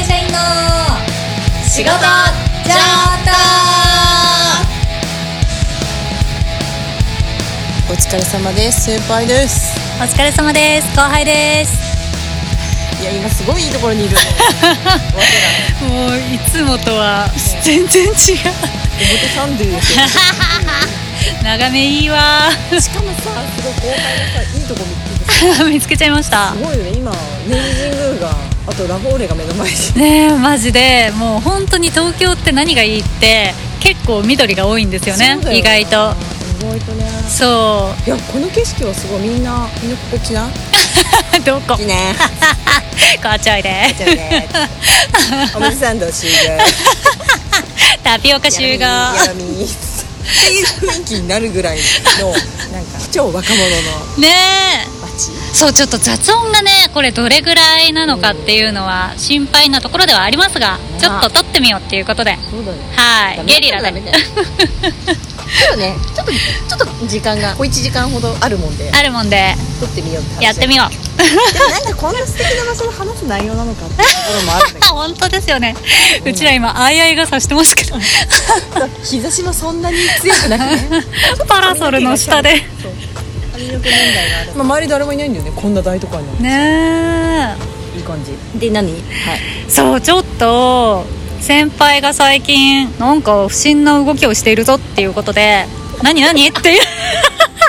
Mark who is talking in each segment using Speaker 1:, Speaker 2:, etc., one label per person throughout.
Speaker 1: の仕事ちゃ
Speaker 2: お疲れ様です先輩です
Speaker 1: ったお疲れ様です後輩です
Speaker 2: いや今すごいいいところにいる
Speaker 1: もういつもとは全 然違う
Speaker 2: 表参道ですよ
Speaker 1: 眺めいいわ
Speaker 2: しかもさすごい後輩がさいいとこ見つけて
Speaker 1: 見つけちゃいました
Speaker 2: すごいよね今明治神宮があとラフォーレが目の前に
Speaker 1: ねえマジでもう本当に東京って何がいいって結構緑が多いんですよね
Speaker 2: そうだ
Speaker 1: 意外と
Speaker 2: 意外とね
Speaker 1: そ
Speaker 2: いやこの景色はすごいみんなみんなここ来な
Speaker 1: う どこ
Speaker 2: 来 ね
Speaker 1: こっちおいで
Speaker 2: じゃあねお水参道集合
Speaker 1: タピオカ集合
Speaker 2: やらみやらみっていう雰囲気になるぐらいのなんか超若者の
Speaker 1: ねえ
Speaker 2: 街
Speaker 1: そうちょっと雑音がねこれどれぐらいなのかっていうのは心配なところではありますがちょっと撮ってみようっていうことで
Speaker 2: そうだね
Speaker 1: はいゲリラで
Speaker 2: ダメだよ今日ねちょっとちょっと時間が小1時間ほどあるもんで
Speaker 1: あるもんで
Speaker 2: 撮ってみようって話
Speaker 1: やってみよう
Speaker 2: でもなんかこんな素敵な場所で話す内容なのかっていうところもあるんだ
Speaker 1: 本当ですよね うちら今あいあい傘してますけど
Speaker 2: けど日差しもそんなに強くなくね
Speaker 1: パラソルの下で
Speaker 2: そう髪の毛問題がある、まあ、周り誰もいないんだよねこんな大都会なの
Speaker 1: ねえ
Speaker 2: いい感じで何はい
Speaker 1: そうちょっと先輩が最近なんか不審な動きをしているぞっていうことで「何何?」っていう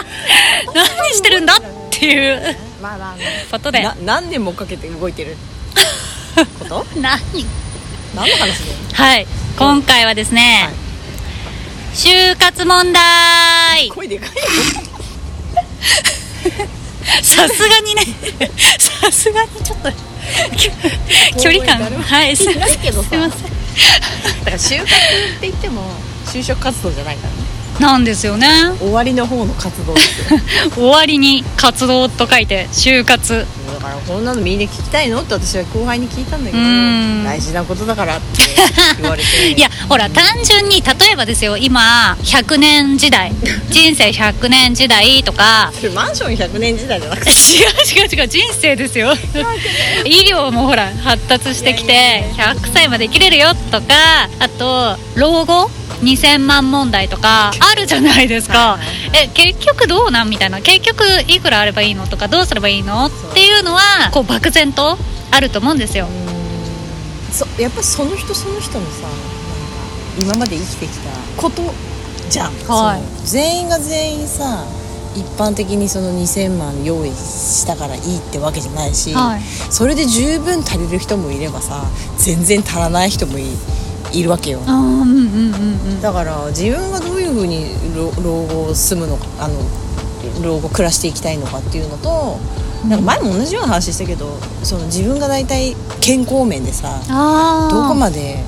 Speaker 1: 何してるんだっていう
Speaker 2: まあまあま
Speaker 1: ことで
Speaker 2: な何年もかけて動いてること
Speaker 1: 何
Speaker 2: 何の話だよ
Speaker 1: はい今回はですね、就活問 題
Speaker 2: 声でかい
Speaker 1: さすがにね さすがにちょ っときょ距離感
Speaker 2: 誰 も
Speaker 1: はいすいません
Speaker 2: けどさ
Speaker 1: すいません
Speaker 2: だから就活って言っても就職活動じゃないからね
Speaker 1: なんですよね
Speaker 2: 終わりの方の活動ですよ
Speaker 1: 終わりに活動と書いて就活
Speaker 2: だからこんなのみんな聞きたいのって私は後輩に聞いたんだけ
Speaker 1: う
Speaker 2: ど
Speaker 1: ん
Speaker 2: 大事なことだからって言われて
Speaker 1: いやほら単純に例えばですよ今100年時代人生100年時代とか
Speaker 2: それマンション100年時代じゃなく て
Speaker 1: 違う違う違う人生ですよ医療もほら発達してき
Speaker 2: いや
Speaker 1: て100歳まで生きれるよとかあと老後2000万問題とかあるじゃないですか
Speaker 2: は
Speaker 1: え結局どうなんみたいな結局いくらあればいいのとかどうすればいいのっていうのはこう漠然とあると思うんですよ
Speaker 2: そやっぱその人その人のさなんか今まで生きてきたことじゃん、
Speaker 1: はい
Speaker 2: その全員が全員さ一般的にその2000万用意したからいいってわけじゃないし、
Speaker 1: はい
Speaker 2: それで十分足りる人もいればさ全然足らない人もいいるわけよ
Speaker 1: あーうんうんうんうん
Speaker 2: だから自分がどういうふうに老老後を住むのかあの老後暮らしていきたいのかっていうのとなんか前も同じような話したけどその自分が大体健康面でさ
Speaker 1: あー
Speaker 2: どこまで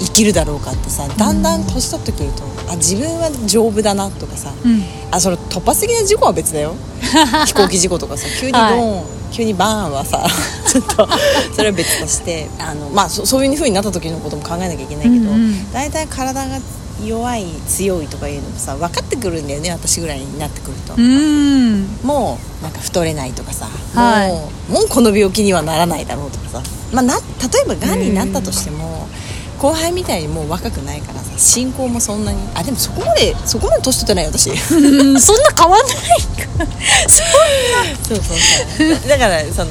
Speaker 2: 生きるだろうかってさだんだん年取ってくると、あ自分は丈夫だなとかさ、
Speaker 1: うん
Speaker 2: あその突発的な事故は別 だよ飛行機事故とかさ急にドーン、急にバーンはさ ちょっとそれは別としてあの、まあ、そそういうふうになった時のことも考えなきゃいけないけど、
Speaker 1: うんうん
Speaker 2: だいたい体が弱い強いとかいうのもさ分かってくるんだよね私ぐらいになってくると。
Speaker 1: うん
Speaker 2: もうなんか太れないとかさ、
Speaker 1: はい
Speaker 2: もうもうこの病気にはならないだろうとかさ、まあ、な例えばがんになったとしても後輩みたいにもう若くないからさ進行もそんなにあでもそこまでそこまで年取ってないよ 私そんな
Speaker 1: うんそんな変わんない
Speaker 2: そうそうそうだからその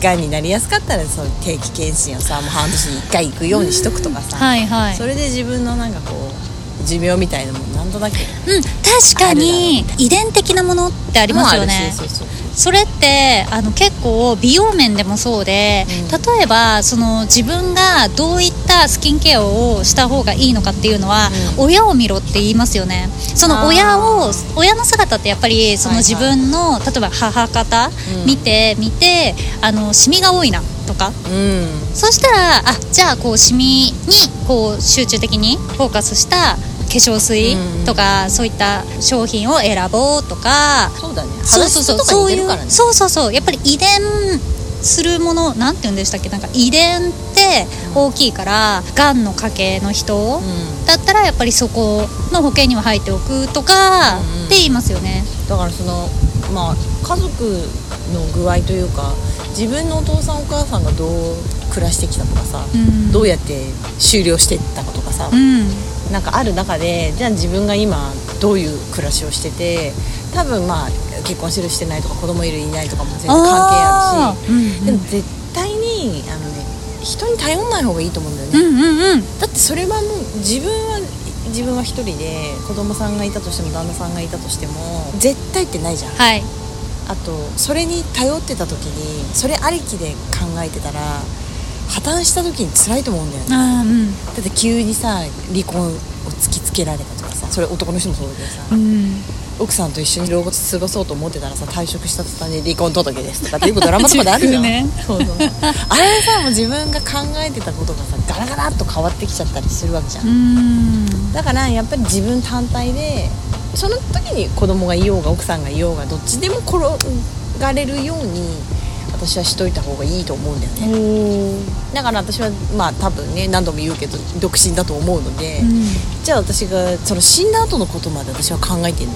Speaker 2: がんになりやすかったらその定期検診をさもう半年に1回行くようにしとくとかさ、
Speaker 1: はいはい
Speaker 2: それで自分のなんかこう寿命みたいなのもなんとなく
Speaker 1: うん確かに遺伝的なものってありますよね
Speaker 2: もうあるしそうそう
Speaker 1: それってあの結構美容面でもそうで、
Speaker 2: うん
Speaker 1: 例えばその自分がどういったスキンケアをした方がいいのかっていうのは、親を見ろって言いますよねその親を親の姿ってやっぱりその
Speaker 2: はいはい
Speaker 1: 自分の、例えば母方
Speaker 2: うん
Speaker 1: 見て見て、あのシミが多いなとか
Speaker 2: うん
Speaker 1: そしたらあじゃあこうシミにこう集中的にフォーカスした化粧水とか、そういった商品を選ぼうとか
Speaker 2: そうだね
Speaker 1: そうそうそう
Speaker 2: 話と
Speaker 1: そう
Speaker 2: か似
Speaker 1: い
Speaker 2: てるから
Speaker 1: う
Speaker 2: ね
Speaker 1: そうそうそうやっぱり遺伝するものなんて言うんでしたっけなんか遺伝って大きいからがんの家系の人、
Speaker 2: うん
Speaker 1: だったらやっぱりそこの保険には入っておくとか
Speaker 2: うん
Speaker 1: って言いますよね。
Speaker 2: だからそのまあ家族の具合というか自分のお父さんお母さんがどう暮らしてきたとかさ、
Speaker 1: うん
Speaker 2: どうやって終了してったかとかさ、
Speaker 1: うん
Speaker 2: なんかある中でじゃあ自分が今どういう暮らしをしてて多分まあ結婚してるしてないとか子供いるいないとかも全然関係あるし
Speaker 1: ーうん
Speaker 2: でも絶対にあの、ね、人に頼んない方がいいと思うんだよね、
Speaker 1: うんうんうん
Speaker 2: だってそれはもう自分は自分は一人で子供さんがいたとしても旦那さんがいたとしても絶対ってないじゃん
Speaker 1: はい
Speaker 2: あとそれに頼ってた時にそれありきで考えてたら破綻した時に辛いと思うんだよね
Speaker 1: ああうん
Speaker 2: だって急にさ離婚を突きつけられたとかさそれ男の人もそうだけどさ、
Speaker 1: うん
Speaker 2: 奥さんと一緒に老後過ごそうと思ってたらさ退職した途端に離婚届ですとかっていうドラマとかであるじゃ
Speaker 1: 10
Speaker 2: ん、
Speaker 1: 年
Speaker 2: そうそうあれさもう自分が考えてたことがさガラガラっと変わってきちゃったりするわけじゃん、
Speaker 1: うん
Speaker 2: だからやっぱり自分単体でその時に子供がいようが奥さんがいようがどっちでも転がれるように私はしといた方がいいと思うんだよね、だから私はまあ多分ね何度も言うけど独身だと思うので、
Speaker 1: うん
Speaker 2: じゃあ私がその死んだ後のことまで私は考えてるの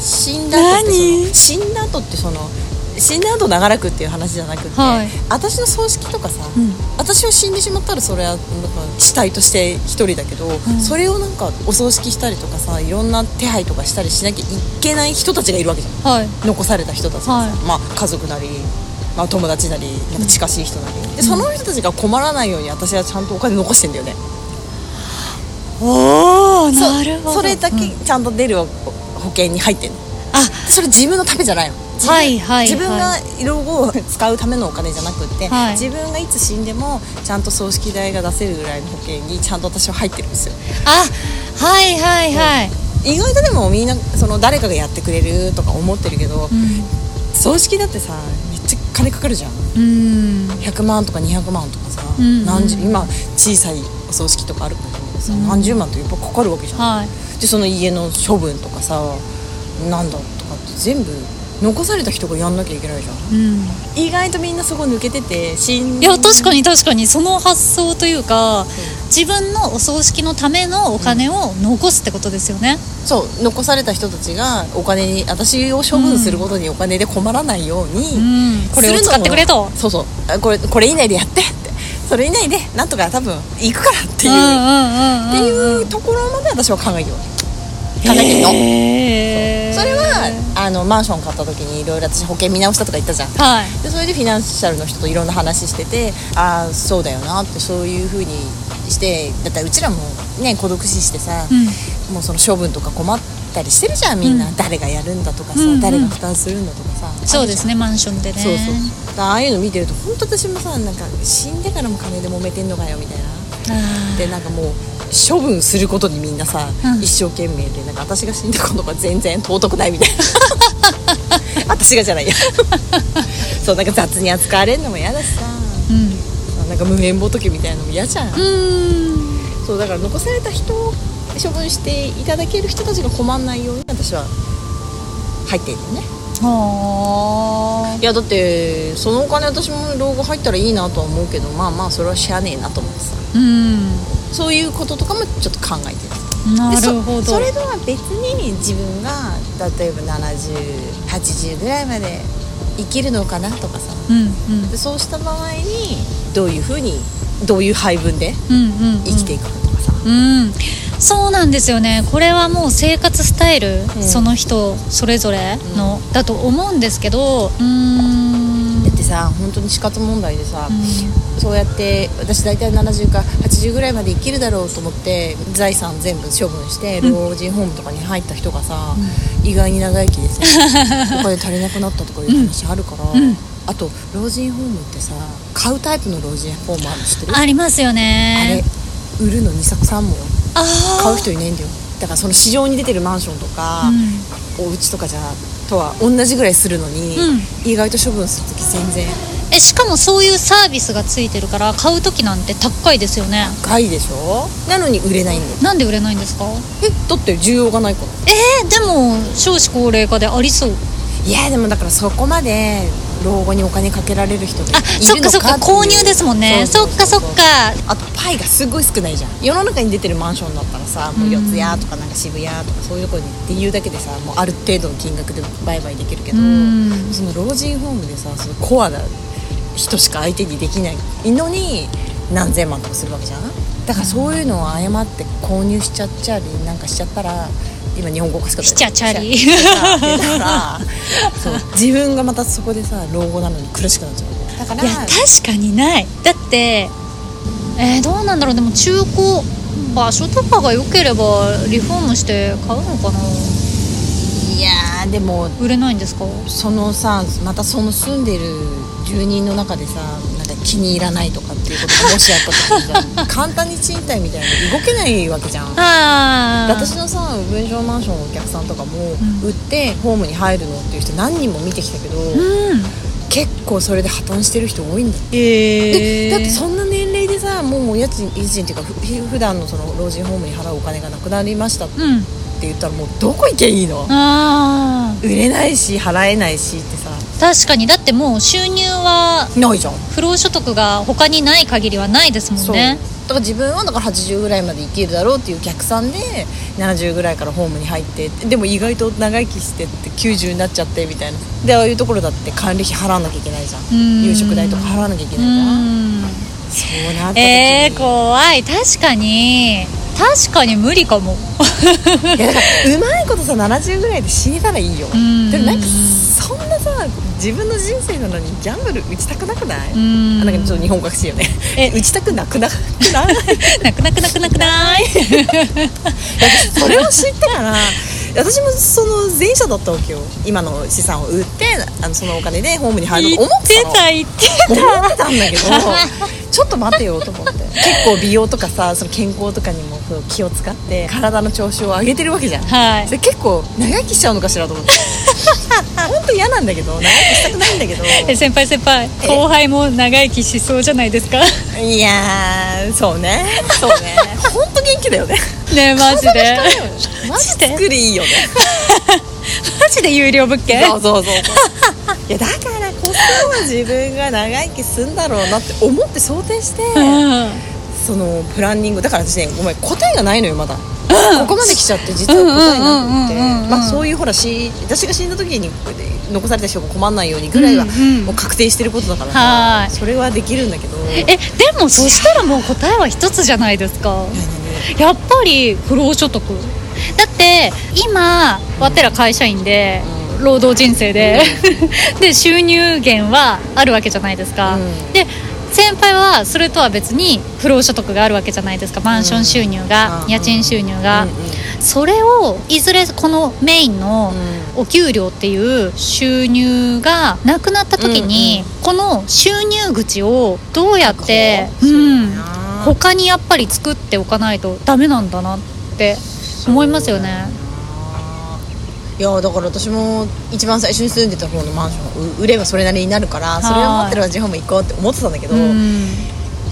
Speaker 2: 死んだ後ってその
Speaker 1: 何
Speaker 2: 死んだ後ってその死んだ後長らくっていう話じゃなくて、
Speaker 1: はい
Speaker 2: 私の葬式とかさ、
Speaker 1: うん
Speaker 2: 私は死んでしまったらそれはなんか死体として一人だけど、
Speaker 1: ん
Speaker 2: それをなんかお葬式したりとかさいろんな手配とかしたりしなきゃいけない人たちがいるわけじゃん
Speaker 1: はい
Speaker 2: 残された人たちがさ、
Speaker 1: はい
Speaker 2: まあ、家族なり、まあ、友達なりなんか近しい人なり、でその人たちが困らないように私はちゃんとお金残してんだよね
Speaker 1: おお
Speaker 2: そ
Speaker 1: なるほど
Speaker 2: それだけ
Speaker 1: うん
Speaker 2: ちゃんと出るお保険に入ってんの
Speaker 1: あ
Speaker 2: でそれ自分のためじゃないの自分,、
Speaker 1: はいはい
Speaker 2: 自分が老後を 使うためのお金じゃなくって、
Speaker 1: はい
Speaker 2: 自分がいつ死んでもちゃんと葬式代が出せるぐらいの保険にちゃんと私は入ってるんですよ
Speaker 1: あはいはいはい
Speaker 2: 意外とでもみんなその誰かがやってくれるとか思ってるけど、
Speaker 1: う
Speaker 2: 葬式だってさめっちゃ金かかるじゃ
Speaker 1: ん
Speaker 2: ん100万とか200万とかさ、
Speaker 1: うんうん
Speaker 2: 何十今小さいお葬式とかあるけどさ、何十万ってやっぱかかるわけじゃん、
Speaker 1: はい
Speaker 2: でその家の処分とかさなんだとかって全部残された人がやんなきゃいけないじゃん
Speaker 1: うん
Speaker 2: 意外とみんなそこ抜けてて死ん
Speaker 1: いや確かに確かにその発想というか自分のお葬式のためのお金を残すってことですよね、
Speaker 2: そう残された人たちがお金に私を処分することにお金で困らないように、
Speaker 1: うんこれを使ってくれと
Speaker 2: そうそうあこれこれ以内でやってってそれ以内でなんとか多分行くからっていう、って
Speaker 1: んうんうんうん
Speaker 2: いうところまで私は考えてるわけ考えてるの、
Speaker 1: へー
Speaker 2: それはあのマンション買った時にいろいろ私保険見直したとか言ったじゃん
Speaker 1: はい
Speaker 2: でそれでフィナンシャルの人といろんな話しててああそうだよなってそういうふうにしてだったらうちらもね孤独死してさ、
Speaker 1: うん
Speaker 2: もうその処分とか困ったりしてるじゃんみんな、
Speaker 1: う
Speaker 2: 誰がやるんだとかさ、
Speaker 1: うんうん
Speaker 2: 誰が負担するんだとかさ
Speaker 1: そうですねマンションでね
Speaker 2: そうそうだからああいうの見てると本当私もさなんか死んでからも金で揉めてんのかよみたいな
Speaker 1: あ
Speaker 2: でなんかもう処分することにみんなさ、
Speaker 1: うん
Speaker 2: 一生懸命でなんか私が死んだことが全然尊くない みたいな私がじゃないや そうなんか雑に扱われるのも嫌だしさ
Speaker 1: ーうん
Speaker 2: なんか無縁仏みたいなのも嫌じゃん、
Speaker 1: うん
Speaker 2: そうだから残された人を処分していただける人たちが困んないように私は入っているよね
Speaker 1: はい
Speaker 2: やだってそのお金私も老後入ったらいいなとは思うけどまあまあそれはしゃあねえなと思ってさ
Speaker 1: ーうん
Speaker 2: そういうこととかもちょっと考えてる
Speaker 1: なるほど
Speaker 2: でそそれとは別に自分が例えば7080ぐらいまで生きるのかなとかさ
Speaker 1: うんうん
Speaker 2: でそうした場合にどういうふうにどういう配分で
Speaker 1: うんうんうん
Speaker 2: 生きていくかとかさ、
Speaker 1: うん、そうなんですよねこれはもう生活スタイル、その人それぞれの、だと思うんですけどうーん
Speaker 2: だってさ本当に死活問題でさ、
Speaker 1: う
Speaker 2: そうやって私大体70か80ぐらいまで生きるだろうと思って財産全部処分して老人ホームとかに入った人がさ、意外に長生きでさ お金足りなくなったとかいう話あるから、
Speaker 1: ん
Speaker 2: あと老人ホームってさ買うタイプの老人ホームあるの知ってるあ
Speaker 1: ありますよ
Speaker 2: れ
Speaker 1: ね
Speaker 2: 売るの2作3本
Speaker 1: あ
Speaker 2: 買う
Speaker 1: あ
Speaker 2: 人いないんだよだからその市場に出てるマンションとか、お家とかじゃとは同じぐらいするのに、意外と処分する時全然
Speaker 1: えしかもそういうサービスがついてるから買う時なんて高いですよね
Speaker 2: 高いでしょなのに売れないんだよ
Speaker 1: なんで売れないんですか
Speaker 2: えだって需要がないから
Speaker 1: えー、でも少子高齢化でありそう
Speaker 2: いやでもだからそこまで老後にお金かけられる人がいるの
Speaker 1: あ
Speaker 2: か
Speaker 1: そっかそっか
Speaker 2: ていう
Speaker 1: 購入ですもんねそっかそっか
Speaker 2: あとパイがすごい少ないじゃん世の中に出てるマンションだったらさもう四ツ谷とかなんか渋谷とかそういうところにっていうだけでさもうある程度の金額で売買できるけど
Speaker 1: うん
Speaker 2: その老人ホームでさそのコアな人しか相手にできないのに何千万とかするわけじゃんだからそういうのを誤って購入しちゃっちゃりなんかしちゃったら今日本語おかしかった
Speaker 1: しちゃちゃり
Speaker 2: しちゃちゃりだからそう自分がまたそこでさ老後なのに苦しくなっちゃうだから
Speaker 1: いや確かにないだってえーどうなんだろうでも中古場所とかが良ければリフォームして買うのかない
Speaker 2: やーでも
Speaker 1: 売れないんですか
Speaker 2: そのさまたその住んでる住人の中でさなんか気に入らないとかっていうことがもしあったとしたら簡単に賃貸みたいなの動けないわけじゃん
Speaker 1: ああ
Speaker 2: 私のさ分譲マンションのお客さんとかも売ってホームに入るのっていう人何人も見てきたけど、
Speaker 1: うん
Speaker 2: 結構それで破綻してる人多いんだって
Speaker 1: ええ
Speaker 2: だってそんな年齢でさもうもう家賃家賃っていうかふ普段のその老人ホームに払うお金がなくなりましたって
Speaker 1: うん
Speaker 2: 言ったらもうどこ行けばいいの
Speaker 1: あ
Speaker 2: 売れないし払えないしってさ
Speaker 1: あ確かにだってもう収入は
Speaker 2: ないじゃん
Speaker 1: 不労所得が他にない限りはないですもん
Speaker 2: そう
Speaker 1: ね
Speaker 2: だから自分はだから80ぐらいまで生きるだろうっていう逆算で70ぐらいからホームに入ってでも意外と長生きしてって90になっちゃってみたいなでああいうところだって管理費払わなきゃいけないじゃ
Speaker 1: うん
Speaker 2: ん夕食代とか払わなきゃいけ
Speaker 1: う
Speaker 2: ないから
Speaker 1: ん
Speaker 2: そうなった時に、
Speaker 1: えー、怖い確かに確かに無理かも
Speaker 2: いやだからうまいことさ70ぐらいで死ねたらいいよ
Speaker 1: うん
Speaker 2: でもなんかそんなさ自分の人生なのにギャンブル打ちたくなくないあ
Speaker 1: ん
Speaker 2: なんかちょっと日本語おかしいよね
Speaker 1: え
Speaker 2: 打ちたくなくなくない
Speaker 1: なくなくなくなくない
Speaker 2: それを知ってから私もその前者だったわけよ今の資産を売ってあのそのお金でホームに入ると
Speaker 1: 言っ
Speaker 2: 思って
Speaker 1: て
Speaker 2: たの
Speaker 1: た言って
Speaker 2: 思ってたんだけどちょっと待てよと思って結構美容とかさその健康とかにもこう気を使って体の調子を上げてるわけじゃん、
Speaker 1: はい
Speaker 2: それ結構長生きしちゃうのかしらと 思って本当嫌なんだけど長生きしたくないんだけど
Speaker 1: え先輩先輩
Speaker 2: え
Speaker 1: 後輩も長生きしそうじゃない ですか
Speaker 2: いやーそうねそう ね本当元気だよね
Speaker 1: ねえマジで
Speaker 2: マジ
Speaker 1: で
Speaker 2: 作りいいよね
Speaker 1: マジで有料物件
Speaker 2: そうそうそうそう いやだからこそ自分が長生きすんだろうなって思って想定して
Speaker 1: うん
Speaker 2: そのプランニングだから私ねごめん答えがないのよまだ、ここまで来ちゃって実は答えなくって、
Speaker 1: うんうんうんうんうん
Speaker 2: まあ、そういうほらし私が死んだ時にこうやって残された人が困んないようにぐらいは
Speaker 1: うんうん
Speaker 2: もう確定してることだからさ、
Speaker 1: はい
Speaker 2: それはできるんだけど
Speaker 1: えでもそしたらもう答えは一つじゃないですか
Speaker 2: 何
Speaker 1: やっぱり不労所得だって今わてら会社員で労働人生で で収入源はあるわけじゃないですか、
Speaker 2: うん
Speaker 1: で先輩はそれとは別に不労所得があるわけじゃないですかマンション収入が、
Speaker 2: うん
Speaker 1: 家賃収入が、
Speaker 2: うんうん
Speaker 1: それをいずれこのメインのお給料っていう収入がなくなった時に、この収入口をどうやって、
Speaker 2: そう
Speaker 1: うん
Speaker 2: そうだな
Speaker 1: 他にやっぱり作っておかないとダメなんだなって思いますよね。
Speaker 2: いやだから私も一番最初に住んでた方のマンションを売ればそれなりになるからそれを持ってる私ホーム行こうって思ってたんだけど、
Speaker 1: うんうん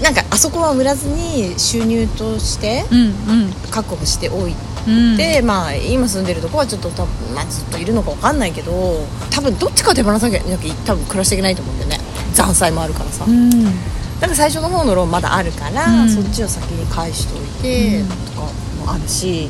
Speaker 2: なんかあそこは売らずに収入として
Speaker 1: うん
Speaker 2: 確保しておいて。
Speaker 1: うん
Speaker 2: でまあ、今住んでるとこはちょっと多分、まあ、ずっといるのか分かんないけど多分どっちか手放さなきゃ多分暮らしていけないと思うんだよね残債もあるからさ、
Speaker 1: うん
Speaker 2: だから最初の方のローンまだあるから、
Speaker 1: うん
Speaker 2: そっちを先に返しておいて、
Speaker 1: うん
Speaker 2: とかもあるし、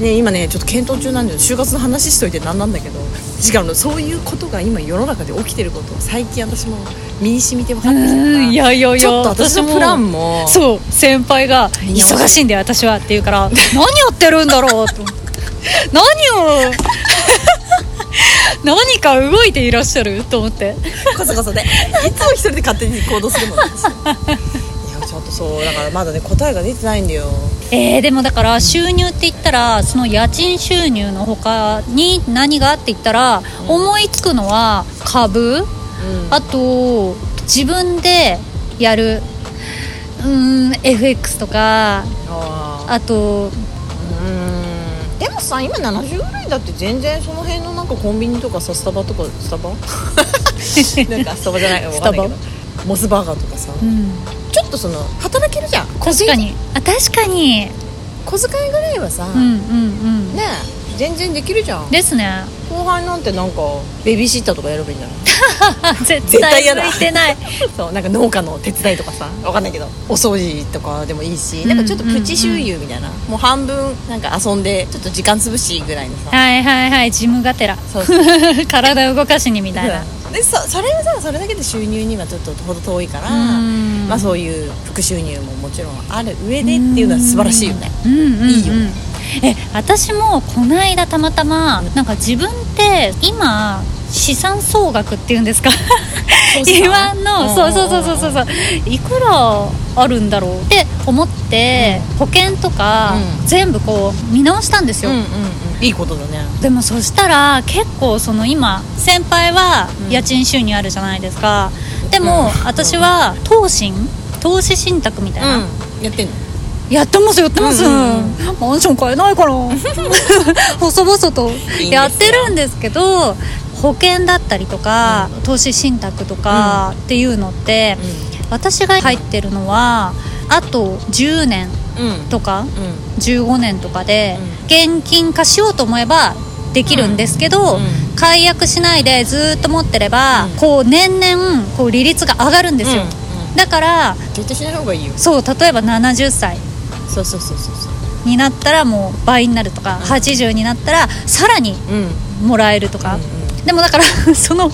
Speaker 2: ね、今ねちょっと検討中なんで就活の話しといてなんなんだけどしかもそういうことが今世の中で起きてることを最近私も身に染みて分かってきたから、
Speaker 1: うんいやいやいや
Speaker 2: ちょっと私のプランも
Speaker 1: そう先輩が「
Speaker 2: いや
Speaker 1: 忙しいんだよ私は」って言うから「何やってるんだろう」と 思って「何を 何か動いていらっしゃる?」と思って
Speaker 2: こそこそでいつも一人で勝手に行動する もん私いやちょっとそうだからまだね答えが出てないんだよ
Speaker 1: えー、でもだから収入って言ったらその家賃収入の他に何がって言ったら思いつくのは株
Speaker 2: あ
Speaker 1: あと自分でやるうーん FX とか
Speaker 2: あ
Speaker 1: あと
Speaker 2: うんでもさ今70ぐらいだって全然その辺のなんかコンビニとかさスタバとかスタ バなんかスタバじゃないわかんないけど
Speaker 1: ス
Speaker 2: モスバーガーとかさ
Speaker 1: うん
Speaker 2: ちょっとその働けるじゃん小
Speaker 1: 確かにあ確かに
Speaker 2: 小遣いぐらいはさ、
Speaker 1: うんうんうん
Speaker 2: ねえ全然できるじゃん
Speaker 1: ですね
Speaker 2: 後輩なんてなんかベビーシッターとかやればいいんじゃない
Speaker 1: 絶
Speaker 2: 絶対
Speaker 1: 対
Speaker 2: 嫌だ
Speaker 1: 向いてない
Speaker 2: そうなんか農家の手伝いとかさわかんないけどお掃除とかでもいいしなんかちょっとプチ周遊みたいな、もう半分なんか遊んでちょっと時間潰しぐらいのさ
Speaker 1: はいはいはいジムがてら
Speaker 2: そうそう
Speaker 1: 体動かしにみたいな
Speaker 2: うん でそそれはさそれだけで収入にはちょっとほど遠いから、
Speaker 1: うん
Speaker 2: まあ、そういう副収入ももちろんある上でっていうのは素晴らしいよね。
Speaker 1: うんうんうん
Speaker 2: いいよね
Speaker 1: え私もこの間たまたまなんか自分って今資産総額っていうんですか
Speaker 2: そうそう
Speaker 1: 言わんの、
Speaker 2: うん
Speaker 1: そうそうそうそうそうそういくらあるんだろうって思って、保険とか、
Speaker 2: うん
Speaker 1: 全部こう見直したんです
Speaker 2: う
Speaker 1: よ、
Speaker 2: んうんうん、いいことだね。
Speaker 1: でもそしたら結構その今先輩は
Speaker 2: うん
Speaker 1: 家賃収入あるじゃないですか、でも、
Speaker 2: うん
Speaker 1: 私は投信投資信託みたいな、
Speaker 2: うん、やってんの
Speaker 1: やってますやってます、
Speaker 2: うんうん
Speaker 1: マンション買えない から細々と
Speaker 2: いいんですよ
Speaker 1: やってるんですけど保険だったりとか、投資信託とかっていうのって、私が入ってるのはあと10年
Speaker 2: うんうん
Speaker 1: とか
Speaker 2: うん
Speaker 1: 15年とかで、現金化しようと思えばできるんですけど、
Speaker 2: うん
Speaker 1: 解約しないでずっと持ってれば、
Speaker 2: うん
Speaker 1: こう年々こう利率が上がるんですよ、
Speaker 2: うんうん
Speaker 1: だから
Speaker 2: 絶対しない方がいいよ
Speaker 1: そう例えば70歳
Speaker 2: そうそうそうそうそう
Speaker 1: になったらもう倍になるとか、
Speaker 2: ん
Speaker 1: 80になったらさらに
Speaker 2: うん
Speaker 1: もらえるとか、
Speaker 2: うん
Speaker 1: でもだから その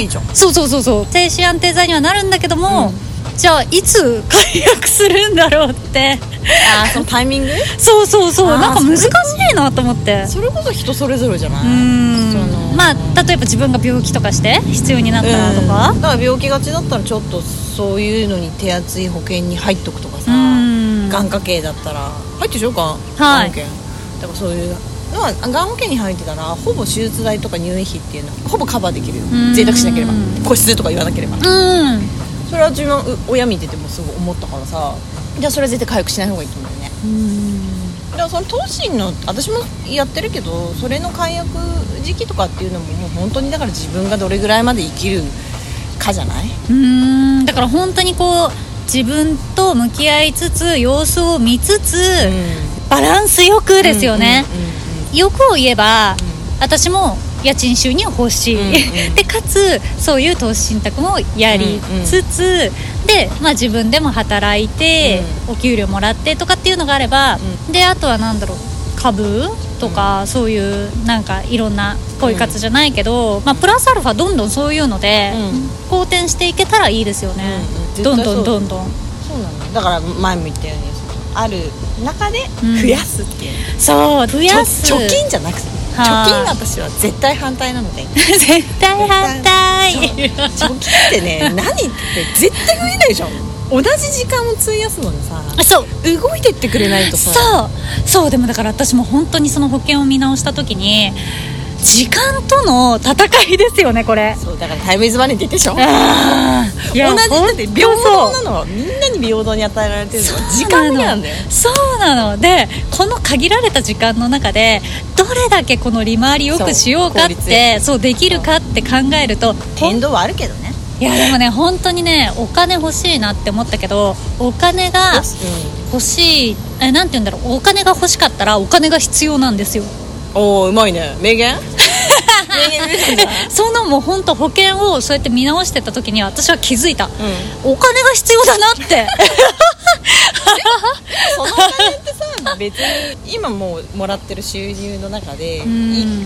Speaker 2: いいじゃん
Speaker 1: そうそうそうそう精神安定剤にはなるんだけども、じゃあいつ解約するんだろうって
Speaker 2: あーそのタイミング
Speaker 1: そうそうそう
Speaker 2: あー
Speaker 1: なんか難しいなと思って
Speaker 2: それこそ人それぞれじゃないう
Speaker 1: ー
Speaker 2: その
Speaker 1: んまあ例えば自分が病気とかして必要になったらとか
Speaker 2: うんだから病気がちだったらちょっとそういうのに手厚い保険に入っとくとかさ
Speaker 1: うん
Speaker 2: 眼科系だったら入ってるでしょがん
Speaker 1: はい
Speaker 2: 眼保険だからそういうのはがん保険に入ってたらほぼ手術代とか入院費っていうのはほぼカバーできるよ
Speaker 1: ん
Speaker 2: 贅沢しなければ個室とか言わなければ
Speaker 1: うん
Speaker 2: それは自分う親見ててもすごい思ったからさじゃあそれは絶対回復しない方がいいと思うよねでもその投資の私もやってるけどそれの解約時期とかっていうのももう本当にだから自分がどれぐらいまで生きるかじゃない、
Speaker 1: うんだから本当にこう自分と向き合いつつ様子を見つつ、バランスよくですよね、よくを言えば、私も家賃収入欲しい、
Speaker 2: うんうん
Speaker 1: でかつそういう投資信託もやりつつ、で、まあ、自分でも働いて、お給料もらってとかっていうのがあれば、であとは何だろう株とか、そういうなんかいろんなポイ活じゃないけど、まあ、プラスアルファどんどんそういうので、
Speaker 2: うん
Speaker 1: 好転していけたらいいですよね、
Speaker 2: うんうん
Speaker 1: どん
Speaker 2: 絶対そう
Speaker 1: どんどんどん
Speaker 2: そうなのだから前も言ったようにある中で
Speaker 1: うん
Speaker 2: 増やすっていう、
Speaker 1: そう増やす
Speaker 2: ちょ貯金じゃなくて貯
Speaker 1: はい
Speaker 2: 金私は絶対反対なので
Speaker 1: 絶対反対
Speaker 2: 貯金ってね何って絶対増えないでしょ同じ時間を費やすのにさ
Speaker 1: そう
Speaker 2: 動いてってくれないとさ
Speaker 1: そうそうでもだから私も本当にその保険を見直した時に時間との戦いですよねこれ
Speaker 2: そうだからタイムイズマネーって言ってでしょ
Speaker 1: あーいや
Speaker 2: 同じだって平等
Speaker 1: 本当
Speaker 2: な
Speaker 1: そう
Speaker 2: のはみんなに平等に与えられてるのは時
Speaker 1: そう
Speaker 2: 間だけなんだよ
Speaker 1: そうなのでこの限られた時間の中でどれだけこの利回りよくしようかっ
Speaker 2: そう効率よ
Speaker 1: てそうできるかって考えるとほん
Speaker 2: 変動はあるけどね
Speaker 1: いやでもね本当にねお金欲しいなって思ったけどお金が欲しいえなんて言うんだろうお金が欲しかったらお金が必要なんですよ
Speaker 2: おおうまいね 名言名言ですね
Speaker 1: そのもう本当保険をそうやって見直してた時に私は気づいた、
Speaker 2: ん
Speaker 1: お金が必要だなって
Speaker 2: そのお金ってさ別に今もうもらってる収入の中で
Speaker 1: ん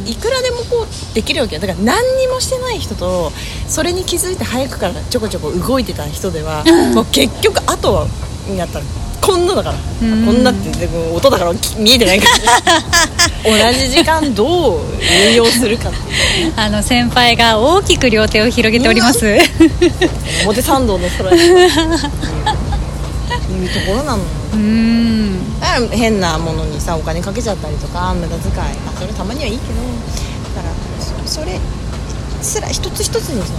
Speaker 2: いいくらでもこうできるわけよだから何にもしてない人とそれに気づいて早くからちょこちょこ動いてた人では、もう結局あとはになったらこんなだから、
Speaker 1: ん
Speaker 2: こんなってでも音だからき見えてないけど 同じ時間どう運用するかっていう
Speaker 1: あの先輩が大きく両手を広げております
Speaker 2: 表参道の空 に、うんいうところなの
Speaker 1: うん
Speaker 2: だから変なものにさお金かけちゃったりとか無駄遣いあそれたまにはいいけどだからそそれすら一つ一つにその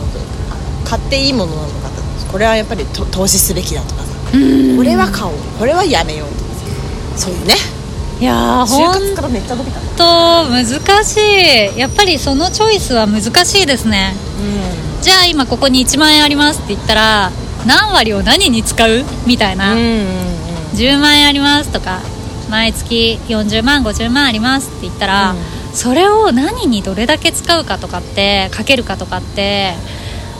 Speaker 2: あ買っていいものなのかとかこれはやっぱりと投資すべきだとかさこれは買おうこれはやめようとかさそういうね
Speaker 1: いやー
Speaker 2: 就
Speaker 1: 本
Speaker 2: 活からめっちゃ伸びた
Speaker 1: 当難しいやっぱりそのチョイスは難しいですね
Speaker 2: う
Speaker 1: じゃあ今ここに1万円ありますって言ったら何割を何に使うみたいな、
Speaker 2: んうん
Speaker 1: 10万円ありますとか毎月40万50万ありますって言ったら、
Speaker 2: うん
Speaker 1: それを何にどれだけ使うかとかってかけるかとかって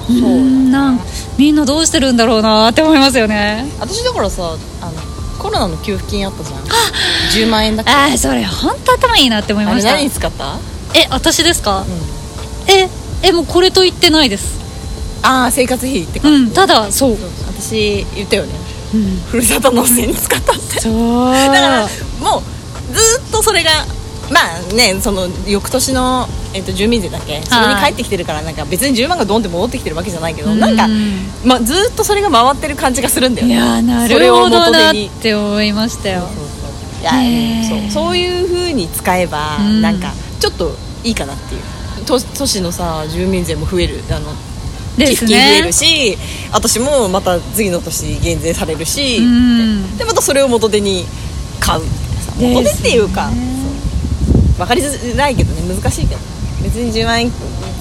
Speaker 2: そうだね
Speaker 1: んなんみんなどうしてるんだろうなって思いますよね
Speaker 2: 私だからさあのコロナの給付金あったじゃん10万円だっけ
Speaker 1: ああそれ本当頭いいなって思い
Speaker 2: あ
Speaker 1: ま
Speaker 2: れ
Speaker 1: した
Speaker 2: 何に
Speaker 1: え
Speaker 2: 使った、
Speaker 1: 私ですか、ええもうこれと言ってないです
Speaker 2: ああ生活費って
Speaker 1: う
Speaker 2: 感じ、
Speaker 1: んただそう、
Speaker 2: 私言ったよね
Speaker 1: うん、
Speaker 2: ふるさと納税に使ったって
Speaker 1: そう
Speaker 2: だからもうずーっとそれがまあねその翌年の、えっと住民税だっけそれに帰ってきてるからなんか別に10万がドンって戻ってきてるわけじゃないけど
Speaker 1: うん
Speaker 2: なんか、まあ、ずーっとそれが回ってる感じがするんだよ
Speaker 1: い
Speaker 2: ね
Speaker 1: やーな
Speaker 2: それ
Speaker 1: る
Speaker 2: を
Speaker 1: ほど
Speaker 2: 元
Speaker 1: な
Speaker 2: 手
Speaker 1: っ
Speaker 2: に
Speaker 1: て思いましたよ
Speaker 2: いや
Speaker 1: へー
Speaker 2: そうそういうふうに使えば
Speaker 1: うん
Speaker 2: なんかちょっといいかなっていう都都市のさ住民税も増えるあの
Speaker 1: です
Speaker 2: 寄付金増え
Speaker 1: ね
Speaker 2: るし私もまた次の年減税されるし、
Speaker 1: うん
Speaker 2: でまたそれを元手に買う
Speaker 1: ね
Speaker 2: 元手っていうか分かりづらいけどね難しいけど別に10万円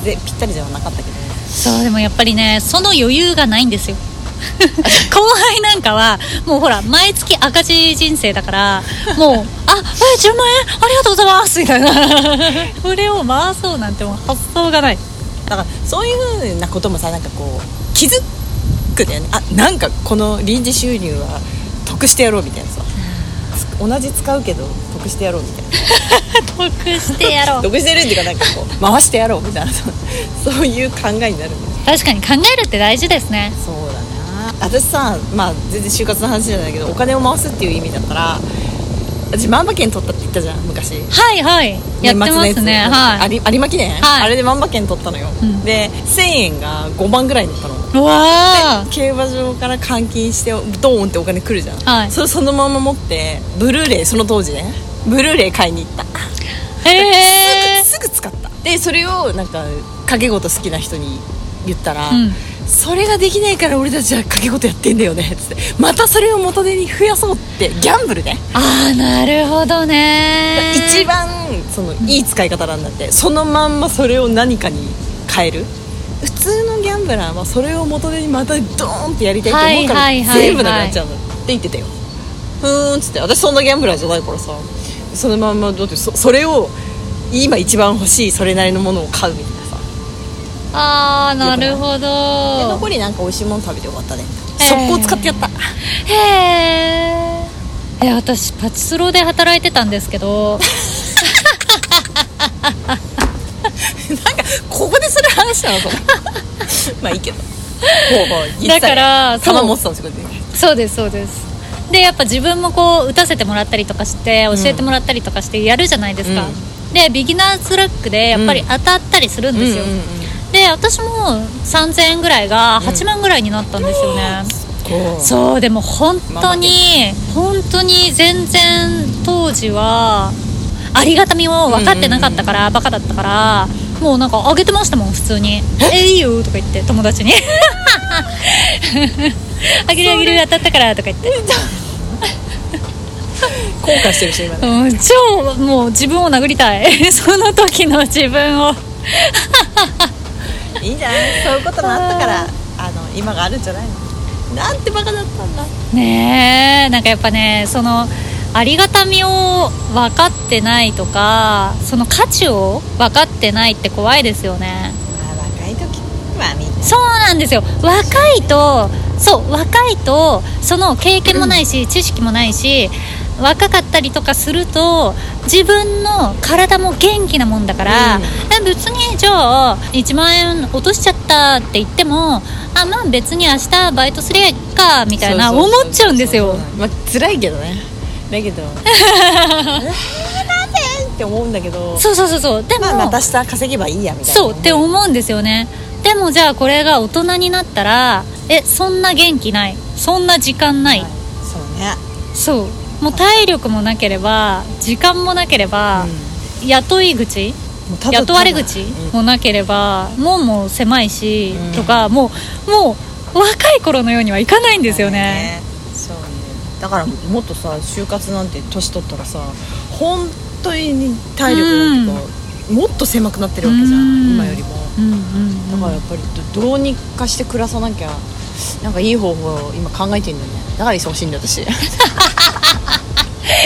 Speaker 2: でぴったりではなかったけど
Speaker 1: そうでもやっぱりねその余裕がないんですよ 後輩なんかはもうほら毎月赤字人生だからもうあえ10万円ありがとうございますみたいな これを回そうなんてもう発想がない
Speaker 2: だからそういうふうなこともさなんかこう気づくんだよねあなんかこの臨時収入は得してやろうみたいなさつ同じ使うけど得してやろうみたいな
Speaker 1: 得してやろう
Speaker 2: 得してるっていうかなんかこう回してやろうみたいなさそういう考えになるんだよ
Speaker 1: 確かに考えるって大事ですね
Speaker 2: そうだな私さまあ全然就活の話じゃないけどお金を回すっていう意味だから私万馬券取ったって言ったじゃん昔
Speaker 1: はいはいやってますねは
Speaker 2: あ
Speaker 1: い
Speaker 2: り有馬記念、
Speaker 1: はい
Speaker 2: あれで万馬券取ったのよ、
Speaker 1: うん
Speaker 2: で1000円が5万ぐらいだったの
Speaker 1: うわ
Speaker 2: 競馬場から換金してドーンってお金来るじゃん、
Speaker 1: はい
Speaker 2: それそのまま持ってブルーレイその当時ねブルーレイ買いに行った
Speaker 1: ーへえ
Speaker 2: すぐ使ったでそれをなんか掛け事好きな人に言ったら、
Speaker 1: うん
Speaker 2: それができないから俺たちは掛け事やってんだよねっつってまたそれを元手に増やそうってギャンブルね
Speaker 1: ああなるほどね
Speaker 2: 一番そのいい使い方なんだってそのまんまそれを何かに変える普通のギャンブラーはそれを元手にまたドーンってやりたいと思うか
Speaker 1: はいはいはい
Speaker 2: ら
Speaker 1: はい
Speaker 2: 全部なくなっちゃうんだって言ってたよふーんっつって私そんなギャンブラーじゃないからさそのまんまだってそそれを今一番欲しいそれなりのものを買うみたいなさ
Speaker 1: ああなるほ
Speaker 2: で
Speaker 1: ど
Speaker 2: 残りなんか美味しいもの食べて終わったね
Speaker 1: へー
Speaker 2: 速攻使ってやった
Speaker 1: へーえ私パチスロで働いてたんですけど
Speaker 2: なんかここでする話なのと まあいいけどもうもう言って
Speaker 1: だ
Speaker 2: たよ
Speaker 1: からそう
Speaker 2: 玉持ってたんですよこうやって
Speaker 1: そうですそうですでやっぱ自分もこう打たせてもらったりとかして
Speaker 2: ん
Speaker 1: 教えてもらったりとかしてやるじゃないですか、
Speaker 2: う
Speaker 1: でビギナーズラックでやっぱり当たったりするんですよ、
Speaker 2: うんうんうん
Speaker 1: で私も3000円ぐらいが8万ぐらいになったんですよね、
Speaker 2: こう
Speaker 1: そうでも本当に本当に全然当時はありがたみを分かってなかったから、バカだったからもうなんかあげてましたもん普通に「えいいよ」とか言って友達 に「あげるあげる当たったから」とか言って
Speaker 2: 後悔してるし今ね
Speaker 1: うん超もう自分を殴りたい その時の自分を
Speaker 2: いいんじゃないそういうこともあったからあの今があるんじゃないのなんてバカだったんだ
Speaker 1: ねえなんかやっぱねそのありがたみを分かってないとかその価値を分かってないって怖いですよね
Speaker 2: まあ若い時はみんな
Speaker 1: そうなんですよ若いとそう若いとその経験もない し、知識もないし若かったりとかすると自分の体も元気なもんだから、
Speaker 2: うん
Speaker 1: え別にじゃあ1万円落としちゃったって言ってもあまあ別に明日バイトすりゃいいかみたいな
Speaker 2: そう
Speaker 1: 思
Speaker 2: そうそう
Speaker 1: っちゃうんですよ
Speaker 2: まあ辛いけどねだ けどうわーなんでって思うんだけど
Speaker 1: そうそうそうそうでも、
Speaker 2: まあまた明日稼げばいいやみたいな
Speaker 1: そうって思うんですよねでもじゃあこれが大人になったらえそんな元気ないそんな時間ない、
Speaker 2: はいそうね
Speaker 1: そうもう体力もなければ時間もなければ、雇い口
Speaker 2: もうただ
Speaker 1: 雇われ口
Speaker 2: うん
Speaker 1: もなければ門も狭いし、
Speaker 2: うん
Speaker 1: とかもうもう若い頃のようにはいかないんですよね
Speaker 2: そうねだからもっとさ就活なんて年取ったらさ本当に体力なんてこうもっと狭くなってるわけじゃ
Speaker 1: うん
Speaker 2: ん今よりも
Speaker 1: うん
Speaker 2: だ
Speaker 1: うん
Speaker 2: か
Speaker 1: う
Speaker 2: らやっぱりどどうにかして暮らさなきゃなんかいい方法を今考えてんだよねだから忙しいんだよ私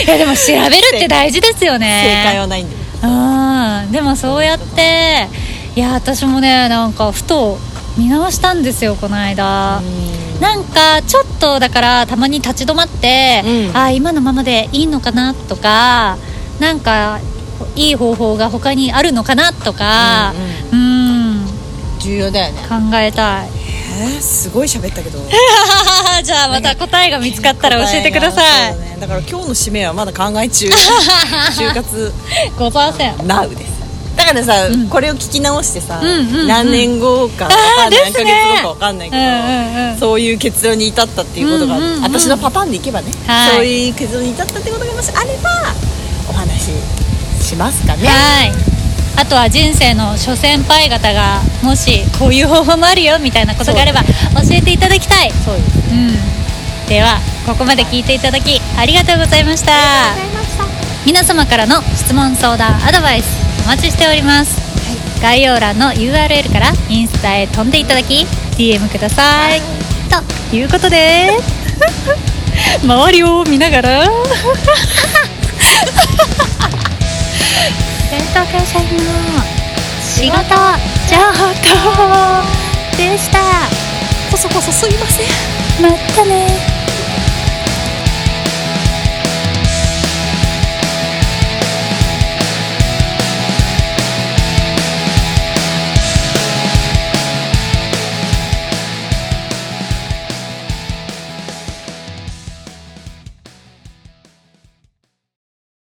Speaker 2: 正
Speaker 1: んいやでも調べるって大事ですよね
Speaker 2: 解はないんだよ
Speaker 1: うんでもそうやっていや私もねなんかふと見直したんですよこの間、
Speaker 2: うん
Speaker 1: なんかちょっとだからたまに立ち止まって、
Speaker 2: うん
Speaker 1: あ今のままでいいのかなとかなんかいい方法が他にあるのかなとか
Speaker 2: うんうん
Speaker 1: うん
Speaker 2: 重要だよね
Speaker 1: 考えたい
Speaker 2: えー、すごい喋ったけど
Speaker 1: じゃあまた答えが見つかったら教えてください
Speaker 2: そうだねだから今日の締めはまだ考え 中就活
Speaker 1: 5%
Speaker 2: NOW ですだからさ、これを聞き直してさ、
Speaker 1: うんうんうん
Speaker 2: 何年後かわかんない、
Speaker 1: あー
Speaker 2: 何
Speaker 1: です
Speaker 2: ヶ
Speaker 1: ね
Speaker 2: 月後かわかんないけど、
Speaker 1: うんうんうん
Speaker 2: そういう結論に至ったっていうことが、
Speaker 1: うんうんうん
Speaker 2: 私のパターンでいけばね、
Speaker 1: はい
Speaker 2: そういう結論に至ったってことがもしあればお話ししますかね、
Speaker 1: はいあとは人生の諸先輩方がもしこういう方法もあるよみたいなことがあれば教えていただきたい、
Speaker 2: そうです
Speaker 1: うん、ではここまで聞いていただきありがとうございました皆様からの質問相談アドバイスお待ちしております、概要欄の URL からインスタへ飛んでいただき DM ください、ということで 周りを見ながら弁当会社員の仕事情報でした
Speaker 2: こそこそすいません
Speaker 1: またね